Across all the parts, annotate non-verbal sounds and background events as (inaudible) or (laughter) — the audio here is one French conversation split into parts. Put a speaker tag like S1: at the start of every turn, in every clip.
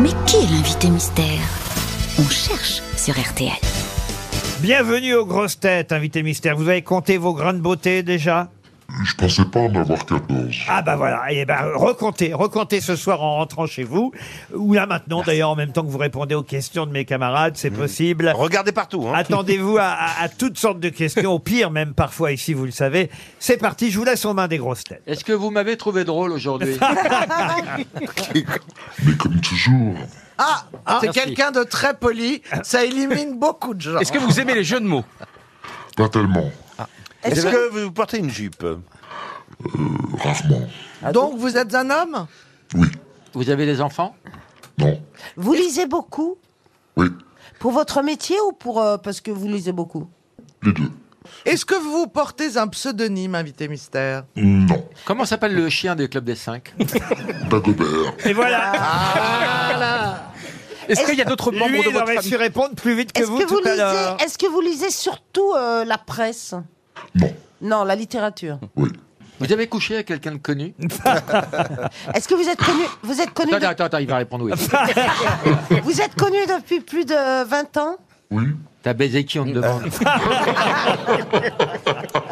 S1: Mais qui est l'invité mystère On cherche sur RTL.
S2: Bienvenue aux grosses têtes, invité mystère. Vous avez compté vos grandes beautés déjà
S3: Je pensais pas en avoir 14.
S2: Ah bah voilà, et ben recomptez, recomptez ce soir en rentrant chez vous, ou là maintenant d'ailleurs en même temps que vous répondez aux questions de mes camarades,
S4: Mmh.
S2: c'est possible.
S5: Regardez partout. Hein.
S2: Attendez-vous à, à- à toutes sortes de questions, au pire même parfois ici, vous le savez. C'est parti, je vous laisse en main des grosses têtes.
S6: Est-ce que vous m'avez trouvé drôle
S7: (laughs)
S6: aujourd'hui
S3: Mais comme toujours,
S8: Ah, c'est
S6: Merci.
S8: quelqu'un de très poli, ça élimine beaucoup de gens.
S7: Est-ce que vous aimez les jeux de mots
S3: pas tellement,
S5: Est-ce que vous portez une jupe
S3: rarement.
S8: Ah, Donc vous êtes un homme
S3: Oui,
S6: Vous avez des enfants
S3: non,
S4: Vous lisez beaucoup
S3: oui,
S4: Pour votre métier ou pour euh, parce que vous lisez beaucoup
S3: les deux.
S8: Est-ce que vous portez un pseudonyme, invité mystère
S3: Non,
S6: Comment s'appelle le chien des clubs des cinq
S3: Dagobert,
S2: Et voilà,
S7: Est-ce qu'il y a d'autres
S2: lui
S7: membres de
S2: il
S7: votre
S2: aurait
S7: famille
S2: su répondre plus vite que
S4: Est-ce
S2: vous
S4: que vous
S2: tout à l'heure.
S4: lisez Est-ce que vous lisez surtout euh, la presse
S3: non,
S4: Non, la littérature.
S3: oui,
S6: Vous avez couché avec quelqu'un de connu
S4: Est-ce que vous êtes connu Vous êtes connu,
S6: Attends, attends, attends, il va
S7: (laughs)
S6: répondre oui.
S4: de- vous êtes connu depuis plus de 20 ans
S3: oui,
S6: T'as baisé qui, on te
S7: Euh,
S6: demande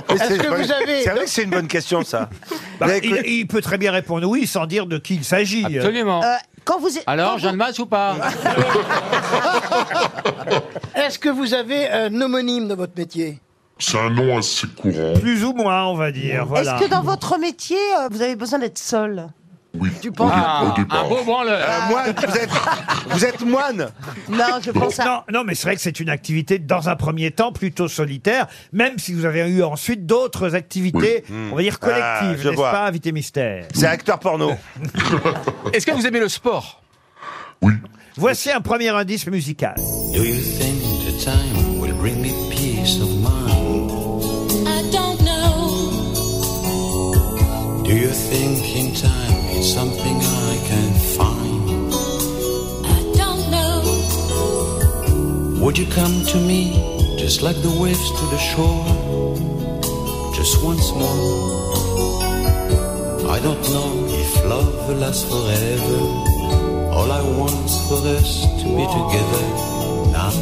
S5: Est-ce que vous avez... C'est vrai que c'est une bonne question, ça. (laughs)
S2: Bah,
S5: Vous avez
S2: il,
S5: cou-
S2: il peut très bien répondre oui sans dire de qui il s'agit.
S6: Absolument.
S4: Euh, Quand vous êtes-
S6: Alors,
S4: quand
S6: Jeanne Masse ou pas
S7: Ah.
S9: Est-ce que vous avez un homonyme de votre métier
S3: c'est un nom assez courant.
S2: Plus ou moins, on va dire.
S4: vous- Est-ce
S2: Voilà.
S4: que dans votre métier, euh, vous avez besoin d'être seul
S3: Oui, au, dé- au
S7: Ah,
S3: départ.
S7: un beau branleur.
S5: Euh, moine, vous êtes, vous êtes moine
S4: Non, je pense à.
S2: Non, non, mais c'est vrai que c'est une activité dans un premier temps plutôt solitaire, même si vous avez eu ensuite d'autres activités, on va dire collectives,
S5: Ah, je
S2: n'est-ce
S5: vois.
S2: pas, invité mystère
S5: C'est acteur porno.
S7: Euh, Est-ce que vous aimez le sport
S3: Oui,
S2: Voici un premier indice musical.
S10: Do you think the time will bring me peace of mind?
S1: I don't know.
S10: Do you think in time it's something I can find?
S1: I don't know.
S10: Would you come to me just like the waves to the shore? Just once more. I don't know if love will last forever. All I want is for us to be together now.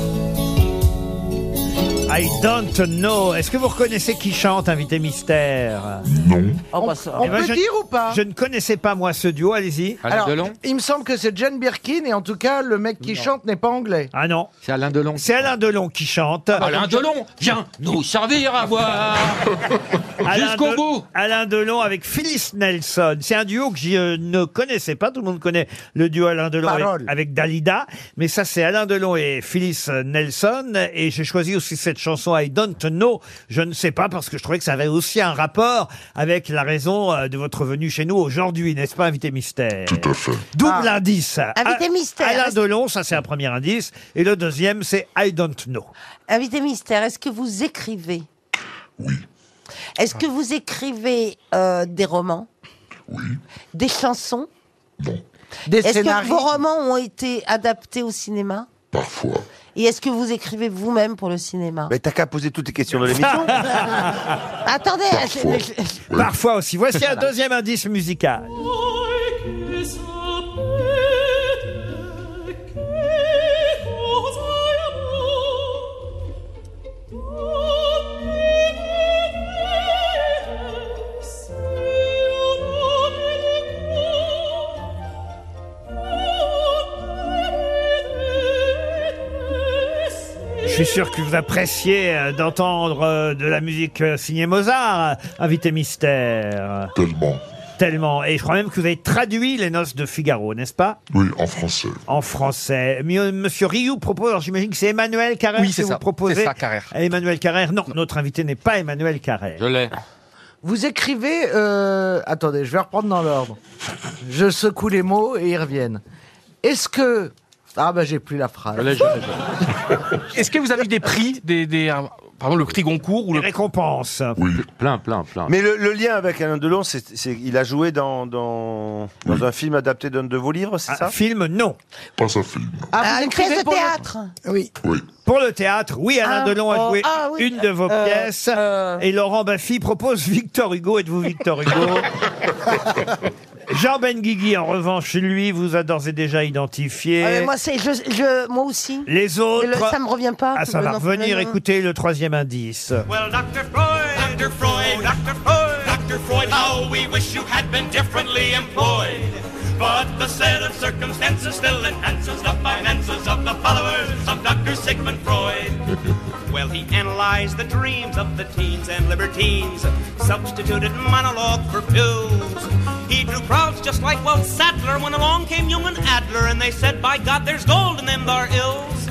S2: I don't know. Est-ce que vous reconnaissez qui chante, invité mystère
S3: non,
S4: Oh, bah, ça.
S8: On
S2: Eh ben,
S8: peut
S2: je-
S8: dire ou pas
S2: Je ne connaissais pas, moi, ce duo, allez-y.
S6: Alain Delon
S8: il me semble que c'est John Birkin et en tout cas, le mec qui chante n'est pas anglais.
S2: Ah non,
S6: C'est Alain Delon.
S2: c'est Alain Delon qui chante.
S8: Ah, bah,
S7: Alain Delon, viens nous servir à boire
S2: Alain
S7: Jusqu'au
S2: De-
S7: bout
S2: Alain Delon avec Phyllis Nelson. C'est un duo que je euh, ne connaissais pas. Tout le monde connaît le duo Alain Delon avec,
S8: Parole.
S2: avec Dalida. Mais ça, c'est Alain Delon et Phyllis euh, Nelson. Et j'ai choisi aussi cette chanson I Don't Know. Je ne sais pas parce que je trouvais que ça avait aussi un rapport avec la raison euh, de votre venue chez nous aujourd'hui, n'est-ce pas, invité mystère
S3: tout à fait.
S2: Double indice.
S4: Ah. Invité
S2: A-
S4: mystère.
S2: Alain
S4: Est-ce-
S2: Delon, ça c'est un premier indice. Et le deuxième, c'est I Don't Know.
S4: Invité mystère, est-ce que vous écrivez
S3: Oui,
S4: Est-ce que vous écrivez euh, des romans
S3: oui,
S4: Des chansons
S3: non,
S8: Des
S4: Est-ce que
S8: scénaristes.
S4: vos romans ont été adaptés au cinéma
S3: parfois.
S4: Et est-ce que vous écrivez vous-même pour le cinéma
S5: Mais t'as qu'à poser toutes tes questions dans (laughs) l'émission.
S4: Attendez, je-
S3: Parfois.
S4: mais je-
S2: Parfois aussi. Voici un deuxième indice musical. Je suis sûr que vous appréciez euh, d'entendre euh, de la musique euh, signée Mozart, euh, invité mystère.
S3: Tellement.
S2: Tellement. Et je crois même que vous avez traduit les noces de Figaro, n'est-ce pas
S3: Oui, en français.
S2: En français. Mi- euh, Monsieur Rioux propose, alors j'imagine que c'est Emmanuel Carrère
S7: Oui,
S2: que
S7: c'est
S2: vous
S7: ça.
S2: proposez.
S7: C'est ça, Carrère.
S2: Eh, Emmanuel Carrère, non, notre invité n'est pas Emmanuel Carrère.
S7: (laughs) Je l'ai.
S8: Vous écrivez... euh, Attendez, je vais reprendre dans l'ordre. Je secoue les mots et ils reviennent. Est-ce que... Ah bah j'ai plus la phrase.
S7: Est-ce que vous avez eu des prix, des, des, euh, par exemple le prix Goncourt ou
S2: Les
S7: le...
S2: récompenses.
S3: Oui,
S6: Plein, plein, plein.
S5: Mais le, le lien avec Alain Delon, c'est c'est- il a joué dans, dans, dans un film adapté d'un de vos livres, c'est
S2: Un
S5: ça
S2: film, non.
S3: pas sa film.
S8: Ah,
S4: Ah,
S8: vous
S4: une
S8: écrivez
S4: pièce de
S8: pour le-
S4: théâtre
S9: Oui.
S3: Oui,
S2: Pour le théâtre, oui, Alain
S4: Ah,
S2: Delon a
S4: oh,
S2: joué
S4: ah oui,
S2: une de vos
S4: euh,
S2: pièces.
S4: euh. (laughs)
S2: Et Laurent Baffy propose Victor Hugo. Êtes-vous Victor Hugo (laughs) Jean Benguigui, en revanche, lui, vous a d'ores et déjà identifié.
S4: Ah, mais moi, c'est, je, je- moi aussi.
S2: Les autres.
S4: Et le- ça me revient pas.
S2: Ah, ça va
S4: Non,
S2: revenir.
S4: non, non.
S2: Écoutez le troisième indice.
S10: Well, Dr. Freud, Dr. Freud, Dr. Freud, Dr. Freud, how we wish you had been differently employed. But the set of circumstances still enhances the finances of the followers of Dr. Sigmund Freud. (laughs) Well, he analyzed the dreams of the teens and libertines, substituted monologue for pills. He drew crowds just like Walt Sattler when along came Jung and Adler, and they said, By God, there's gold in them thar ills.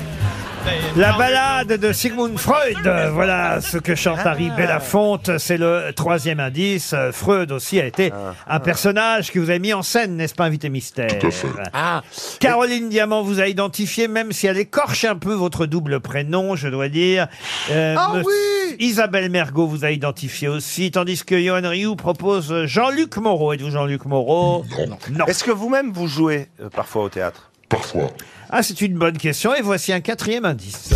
S10: They
S2: La balade de Sigmund Freud, euh, voilà ce que chante Harry Belafonte, c'est le troisième indice. Euh, Freud aussi a été un personnage que vous avez mis en scène, n'est-ce pas, invité mystère
S3: Tout à fait.
S2: Ah. Caroline Diamant vous a identifié, même si elle écorche un peu votre double prénom, je dois dire. Euh,
S8: Ah
S2: monsieur-
S8: oui
S2: Isabelle Mergot vous a identifié aussi, tandis que Johan Rioux propose Jean-Luc Moreau. Êtes-vous Jean-Luc Moreau
S3: Non.
S2: Non.
S5: Est-ce que vous-même vous jouez euh, parfois au théâtre
S3: Parfois.
S2: Ah, c'est une bonne question, et voici un quatrième indice.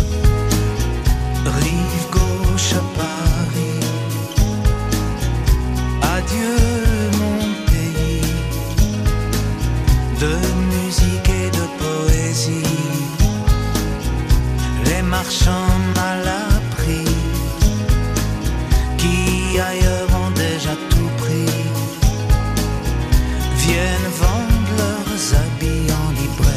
S10: Rive gauche à Paris. Adieu mon pays. De musique et de poésie. Les marchands mal appris. Qui ailleurs ont déjà tout pris. Viennent vendre leurs habits en librairie.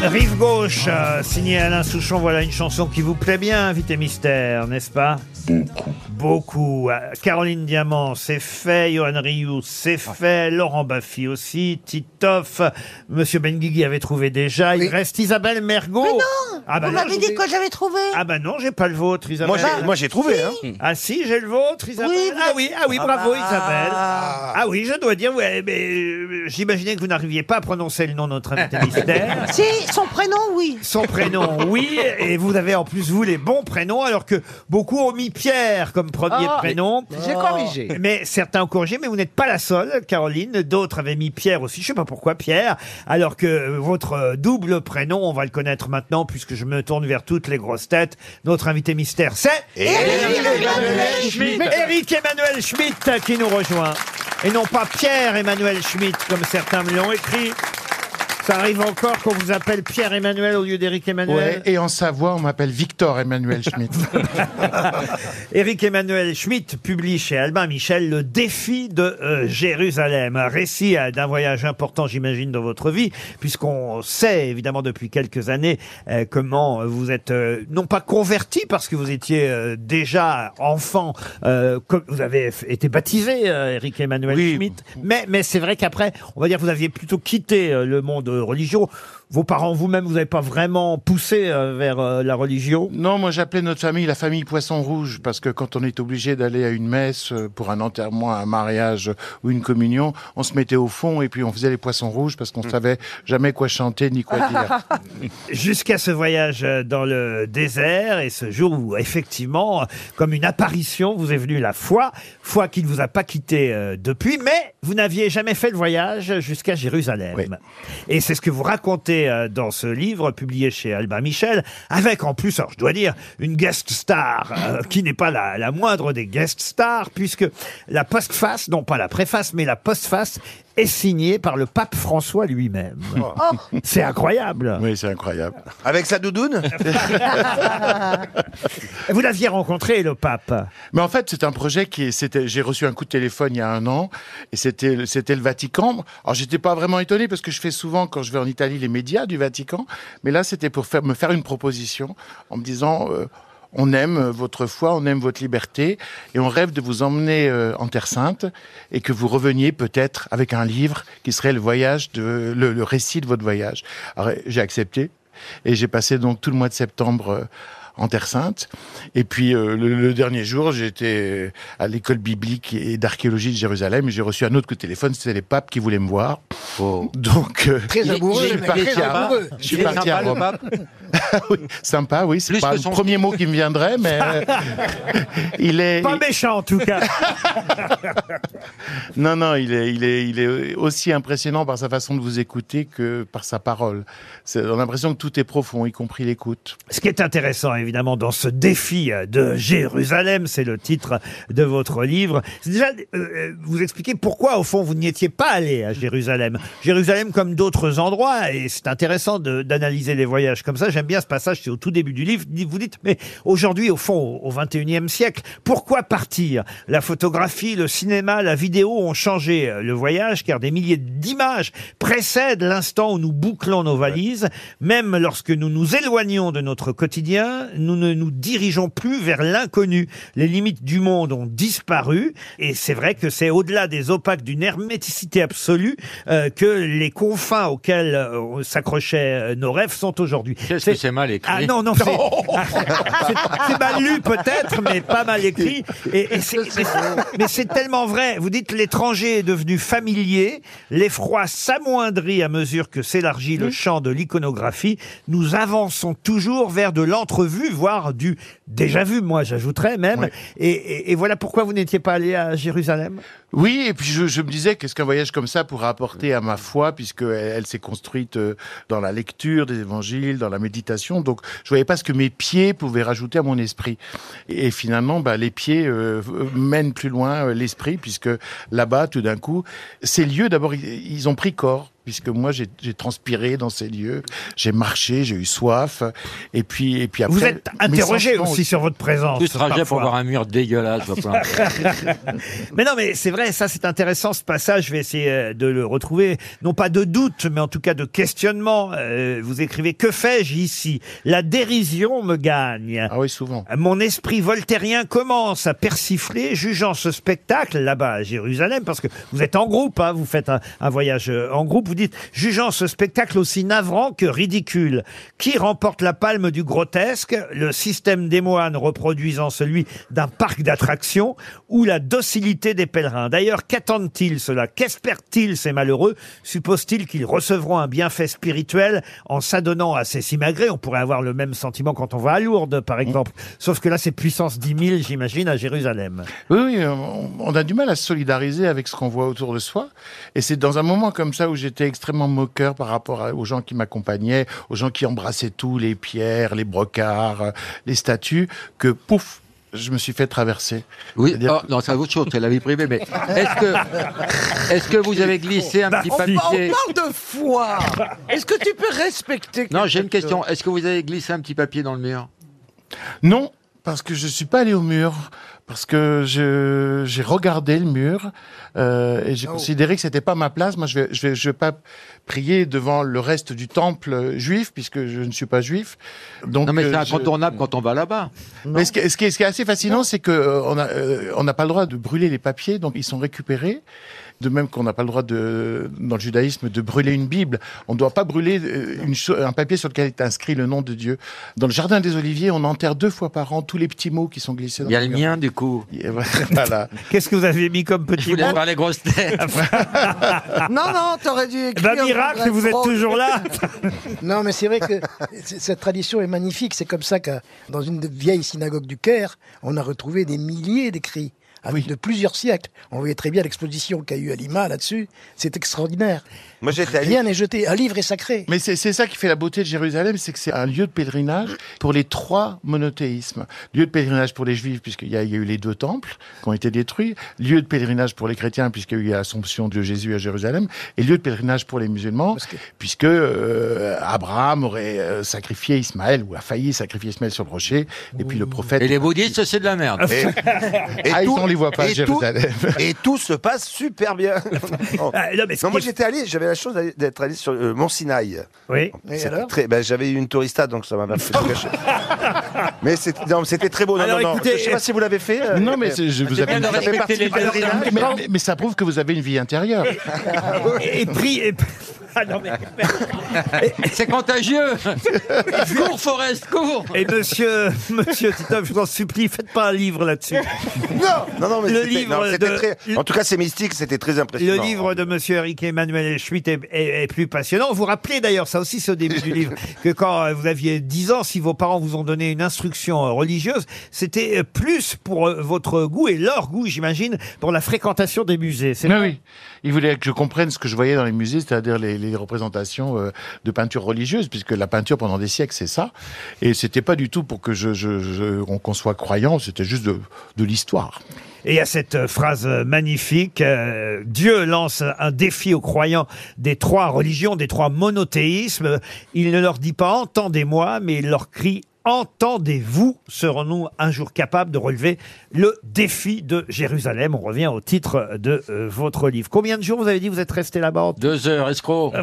S2: Rive gauche, euh, signé Alain Souchon, voilà une chanson qui vous plaît bien, invité mystère, n'est-ce pas
S3: Beaucoup.
S2: Beaucoup. Euh, Caroline Diamant, c'est fait. Johan Rioux, c'est fait. Laurent Baffy aussi. Titoff. Monsieur Benguigui avait trouvé déjà. Il reste Isabelle Mergot. ah bah
S4: Vous
S2: non,
S4: m'avez dit que j'avais trouvé.
S2: ah bah non, j'ai pas le vôtre, Isabelle.
S5: Moi, j'ai- Moi j'ai trouvé, hein
S2: Ah si, j'ai le vôtre, Isabelle.
S4: Oui, bah. vous
S2: ah
S4: avez-
S2: oui, ah oui, bravo Isabelle. Ah oui, je dois dire, ouais, mais euh, j'imaginais que vous n'arriviez pas à prononcer le nom de notre
S5: (laughs)
S2: invité mystère.
S4: Si, son prénom,
S8: (laughs)
S4: oui.
S2: Son prénom, oui, et vous avez en plus, vous, les bons prénoms, alors que beaucoup ont mis Pierre comme premier
S8: Ah,
S2: prénom. Oh.
S8: J'ai corrigé.
S2: Mais certains ont corrigé, mais vous n'êtes pas la seule, Caroline. D'autres avaient mis Pierre aussi. Je sais pas pourquoi Pierre. Alors que votre euh, double prénom, on va le connaître maintenant puisque je me tourne vers toutes les grosses têtes. Notre invité mystère, c'est Eric Emmanuel Schmitt qui nous rejoint. Et non pas Pierre Emmanuel Schmitt comme certains me l'ont écrit. Ça arrive encore qu'on vous appelle Pierre Emmanuel au lieu d'Éric Emmanuel.
S9: et en Savoie, on m'appelle Victor Emmanuel Schmitt.
S2: Éric Emmanuel Schmitt publie chez Albin Michel Le défi de euh, Jérusalem, un récit euh, d'un voyage important, j'imagine, dans votre vie, puisqu'on sait évidemment depuis quelques années euh, comment vous êtes euh, non pas converti parce que vous étiez euh, déjà enfant, euh, comme vous avez f- été baptisé, euh, Éric Emmanuel
S7: Oui.
S2: Schmitt, mais mais c'est vrai qu'après, on va dire, vous aviez plutôt quitté euh, le monde religieux. Vos parents, vous-même, vous n'avez pas vraiment poussé euh, vers euh, la religion.
S9: Non, moi j'appelais notre famille la famille Poisson Rouge parce que quand on est obligé d'aller à une messe euh, pour un enterrement, un mariage euh, ou une communion, on se mettait au fond et puis on faisait les poissons rouges parce qu'on savait jamais quoi chanter ni quoi dire.
S2: jusqu'à ce voyage euh, dans le désert et ce jour où effectivement, euh, comme une apparition, vous est venue la foi, foi qui ne vous a pas quitté euh, depuis, mais vous n'aviez jamais fait le voyage jusqu'à Jérusalem.
S9: Oui.
S2: Et c'est ce que vous racontez euh, dans ce livre publié chez Albin Michel, avec en plus, alors je dois dire, une guest star euh, qui n'est pas la, la moindre des guest stars, puisque la postface, non pas la préface, mais la postface est signée par le pape François lui-même.
S4: Oh.
S2: C'est incroyable.
S9: (laughs) Oui, c'est incroyable.
S5: Avec sa doudoune
S2: Vous l'aviez rencontré, le pape.
S9: Mais en fait, c'est un projet qui est- c'était. J'ai reçu un coup de téléphone il y a un an et c'était c'était le Vatican. Alors j'étais pas vraiment étonné parce que je fais souvent quand je vais en Italie les médias du Vatican, mais là c'était pour faire, me faire une proposition en me disant. euh, on aime euh, votre foi, on aime votre liberté, et on rêve de vous emmener euh, en Terre Sainte, et que vous reveniez peut-être avec un livre qui serait le voyage, de, le, le récit de votre voyage. Alors, euh, j'ai accepté, et j'ai passé donc tout le mois de septembre euh, en Terre Sainte. Et puis euh, le, le dernier jour, j'étais euh, à l'école biblique et d'archéologie de Jérusalem et j'ai reçu un autre coup de téléphone, c'était les papes qui voulaient me voir. Donc euh,
S6: Il
S9: je
S6: est-
S9: suis
S6: il est-
S9: parti
S6: il est
S9: à-
S6: sympa.
S9: Je suis
S6: Il est
S9: parti à
S6: sympa, le
S9: Rome.
S6: pape.
S9: Oui, sympa, oui, c'est
S6: Plus
S9: pas
S6: que
S9: le
S6: son-
S9: premier mot qui me viendrait,
S6: (laughs)
S9: mais euh, il est
S2: Pas méchant, en tout cas.
S9: non non, il est il est il est aussi impressionnant par sa façon de vous écouter que par sa parole. C'est- On a l'impression que tout est profond, y compris l'écoute.
S2: Ce qui est intéressant, évidemment dans ce défi euh, de Jérusalem, c'est le titre de votre livre. C'est déjà euh, euh, vous expliquer pourquoi au fond vous n'y étiez pas allé à Jérusalem. Jérusalem comme d'autres endroits et c'est intéressant de- d'analyser les voyages comme ça. J'aime bien ce passage, c'est au tout début du livre. Vous dites mais aujourd'hui au fond au 21e siècle, pourquoi partir La photographie, le cinéma, la vidéo ont changé euh, le voyage car des milliers d'images précèdent l'instant où nous bouclons nos valises. Même lorsque nous nous éloignons de notre quotidien, nous ne nous dirigeons plus vers l'inconnu. Les limites du monde ont disparu et c'est vrai que c'est au-delà des opaques d'une herméticité absolue euh, que les confins auxquels euh, s'accrochaient euh, nos rêves sont aujourd'hui.
S6: Qu'est-ce que c'est mal écrit
S2: (laughs) Ah non, non, c'est c'est- c'est mal lu peut-être, mais pas mal écrit. Et, et c'est- mais- mais c'est tellement vrai. Vous dites l'étranger est devenu familier, l'effroi s'amoindrit à mesure que s'élargit le champ de l'iconographie. Nous avançons toujours vers de l'entrevue, voire du déjà vu, moi j'ajouterais même. Et, et- et voilà pourquoi vous n'étiez pas allé à Jérusalem
S9: Oui, et puis je, je me disais qu'est-ce qu'un voyage comme ça pourrait apporter à ma foi, puisque elle, elle s'est construite euh, dans la lecture des évangiles, dans la méditation. Donc je voyais pas ce que mes pieds pouvaient rajouter à mon esprit. Et, et finalement, bah, les pieds euh, mènent plus loin euh, l'esprit, puisque là-bas, tout d'un coup, ces lieux, d'abord, ils, ils ont pris corps. Puisque moi j'ai j'ai transpiré dans ces lieux, j'ai marché, j'ai eu soif, et puis et puis après.
S2: Vous êtes
S9: mes
S2: interrogé
S9: sentiments
S2: aussi sur votre présence.
S6: Tout ce trajet pour
S2: parfois.
S6: voir un mur dégueulasse, je vois pas.
S2: Mais non, mais c'est vrai, ça c'est intéressant ce passage, je vais essayer euh, de le retrouver. Non pas de doute, mais en tout cas de questionnement. Euh, vous écrivez, que fais-je ici La dérision me gagne.
S9: Ah oui, souvent.
S2: Mon esprit voltairien commence à persifler, jugeant ce spectacle là-bas à Jérusalem, parce que vous êtes en groupe, hein, vous faites un, un voyage euh, en groupe, vous dites, jugeant ce spectacle aussi navrant que ridicule. Qui remporte la palme du grotesque Le système des moines reproduisant celui d'un parc d'attractions ou la docilité des pèlerins D'ailleurs, qu'attendent-ils cela Qu'espèrent-ils ces malheureux Supposent-ils qu'ils recevront un bienfait spirituel en s'adonnant à ces simagrées On pourrait avoir le même sentiment quand on va à Lourdes, par exemple. Sauf que là, c'est puissance 10 000, j'imagine, à Jérusalem.
S9: Oui, oui, on on a du mal à se solidariser avec ce qu'on voit autour de soi. Et c'est dans un moment comme ça où j'étais extrêmement moqueur par rapport à- aux gens qui m'accompagnaient, aux gens qui embrassaient tout, les pierres, les brocarts, euh, les statues, que pouf, je me suis fait traverser.
S6: Oui,
S9: C'est-à-dire
S6: oh, non, c'est à vous de chose, c'est la vie privée, mais est-ce que, est-ce que vous avez glissé
S9: Bah,
S6: un petit
S8: On, par- on
S6: papier
S8: parle de foi. Est-ce que tu peux respecter
S6: Non,
S8: quelque
S6: j'ai une
S8: chose
S6: question. Est-ce que vous avez glissé un petit papier dans le mur
S9: Non, parce que je suis pas allé au mur. Parce que je- j'ai regardé le mur euh, et j'ai considéré que c'était pas ma place. Moi, je vais, je vais, je vais pas prier devant le reste du temple juif puisque je ne suis pas juif. Donc,
S6: Non, mais
S9: euh,
S6: c'est
S9: je-
S6: incontournable quand on va là-bas.
S9: Mais ce, qui, ce qui est, ce qui est assez fascinant, c'est que euh, on a, euh, on n'a pas le droit de brûler les papiers, donc ils sont récupérés. De même qu'on n'a pas le droit de, dans le judaïsme, de brûler une Bible. On ne doit pas brûler euh, une cho- un papier sur lequel est inscrit le nom de Dieu. Dans le jardin des Oliviers, on enterre deux fois par an tous les petits mots qui sont glissés. Dans
S6: Il y a
S9: le
S6: le
S9: mur.
S6: mien, du coup.
S9: Et Voilà. (laughs)
S2: Qu'est-ce que vous avez mis comme
S6: Je
S2: petit
S6: voulais
S2: mot
S6: voir les grosses têtes.
S8: Non, non, t'aurais dû
S2: Eh
S8: écrire.
S2: ben, miracle, vous êtes toujours là
S11: Non, mais c'est vrai que c- cette tradition est magnifique. C'est comme ça que dans une vieille synagogue du Caire, on a retrouvé des milliers d'écrits à- de plusieurs siècles. On voyait très bien l'exposition qu'a eue à Lima là-dessus. C'est extraordinaire.
S5: Moi, j'étais allé.
S11: Rien n'est jeté. Un livre est sacré.
S9: Mais c'est c'est ça qui fait la beauté de Jérusalem, c'est que c'est un lieu de pèlerinage pour les trois monothéismes. Lieu de pèlerinage pour les juifs, puisqu'il y, a il y a eu les deux temples qui ont été détruits. Lieu de pèlerinage pour les chrétiens, puisqu'il y a eu l'assomption de Jésus à Jérusalem. Et lieu de pèlerinage pour les musulmans,
S11: Parce que-
S9: puisque euh, Abraham aurait euh, sacrifié Ismaël, ou a failli sacrifier Ismaël sur le rocher. Et puis le
S6: (laughs)
S9: prophète...
S6: Et les bouddhistes, c'est de la merde.
S5: Et, et
S9: Ah, ils,
S5: tout-
S9: on les voit pas à
S5: et tout-
S9: Jérusalem.
S5: et tout se passe super bien. Non.
S2: Ah, non, mais ce
S5: Non, moi
S2: qui-
S5: j'étais allé, j'avais la chance d'aller- d'être allé sur le Mont Sinaï.
S2: Oui.
S11: Et
S5: C'était
S11: alors
S5: très- ben, j'avais eu une tourista, donc ça m'avait un peu caché. mais c'était, non, mais c'était très beau. Non,
S2: Alors,
S5: non, non.
S2: écoutez,
S5: je sais pas si vous l'avez fait. euh,
S9: Eh Non, mais c'est- je vous
S5: c'est
S9: avais
S5: bien de
S9: dit-
S5: respecter les pèlerinages.
S9: mais, mais- mais ça prouve que vous avez une vie intérieure.
S2: Et pris... Et... (laughs) Ah non, mais...
S6: C'est
S9: (laughs)
S6: contagieux. cours, Forest, cours.
S2: Et monsieur, monsieur Titov, je vous en supplie, faites pas un livre là-dessus.
S5: Non, Non, non, mais
S2: Le
S5: c'était- non,
S2: livre
S5: c'était
S2: de-
S5: très- En tout cas, c'est mystique, c'était très impressionnant.
S2: Le livre de Monsieur Eric Emmanuel Schmitt est, est- est plus passionnant. Vous rappelez d'ailleurs, ça aussi c'est au début du livre, que quand euh, vous aviez 10 ans, si vos parents vous ont donné une instruction euh, religieuse, c'était euh, plus pour euh, votre goût et leur goût, j'imagine, pour la fréquentation des musées. C'est
S9: Mais oui, il voulait que je comprenne ce que je voyais dans les musées, c'est-à-dire les, les représentations euh, de peinture religieuse, puisque la peinture pendant des siècles, c'est ça. Et c'était pas du tout pour que je, je- je- on- qu'on soit croyant, c'était juste de, de l'histoire.
S2: Et il y a cette euh, phrase euh, magnifique, euh, Dieu lance un défi aux croyants des trois religions, des trois monothéismes. Il ne leur dit pas entendez-moi, mais il leur crie entendez-vous. Serons-nous un jour capables de relever le défi de Jérusalem On revient au titre de euh, votre livre. Combien de jours vous avez dit vous êtes resté là-bas en-
S6: Deux heures, escroc.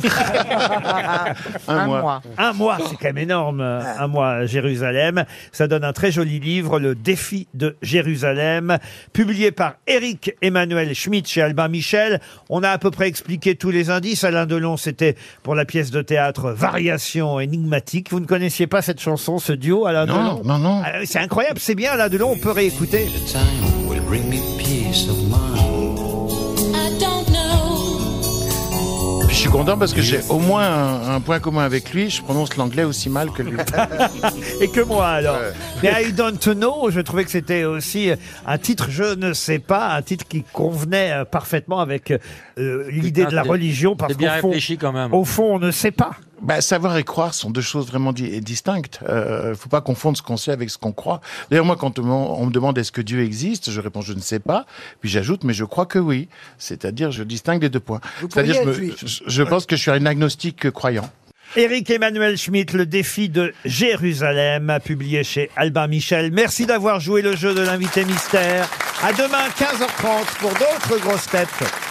S2: un mois. Un mois, c'est quand même énorme. euh, Un mois à Jérusalem. Ça donne un très joli livre, Le défi de Jérusalem, publié par Eric Emmanuel Schmitt chez Albin Michel. On a à peu près expliqué tous les indices. Alain Delon, c'était pour la pièce de théâtre Variation énigmatique. Vous ne connaissiez pas cette chanson, ce duo, Alain
S9: Non,
S2: Delon
S9: non, non.
S2: Ah oui, C'est incroyable, c'est bien, Alain Delon, on peut réécouter.
S10: Time will bring me peace of mind.
S9: Puis je suis content parce que j'ai au moins un, un point commun avec lui, je prononce l'anglais aussi mal que (laughs) lui.
S2: Et que moi alors. Mais I Don't Know, je trouvais que c'était aussi euh, un titre, je ne sais pas, un titre qui convenait euh, parfaitement avec euh, l'idée de la
S6: Putain,
S2: religion. Parce
S6: C'est bien
S2: qu'au fond-
S6: réfléchi quand même.
S2: Au fond, on ne sait pas.
S9: Bah, savoir et croire sont deux choses vraiment di- distinctes. Euh, faut pas confondre ce qu'on sait avec ce qu'on croit. D'ailleurs, moi, quand on, m'en- on me demande est-ce que Dieu existe, je réponds je ne sais pas. Puis j'ajoute mais je crois que oui. C'est-à-dire je distingue les deux points.
S11: Vous
S9: C'est-à-dire je,
S11: pourriez
S9: me-
S11: être
S9: je- je pense que je suis un agnostique euh, croyant.
S2: Éric Emmanuel Schmitt, le défi de Jérusalem, publié chez Albin Michel. Merci d'avoir joué le jeu de l'invité mystère. À demain, 15h30, pour d'autres grosses têtes.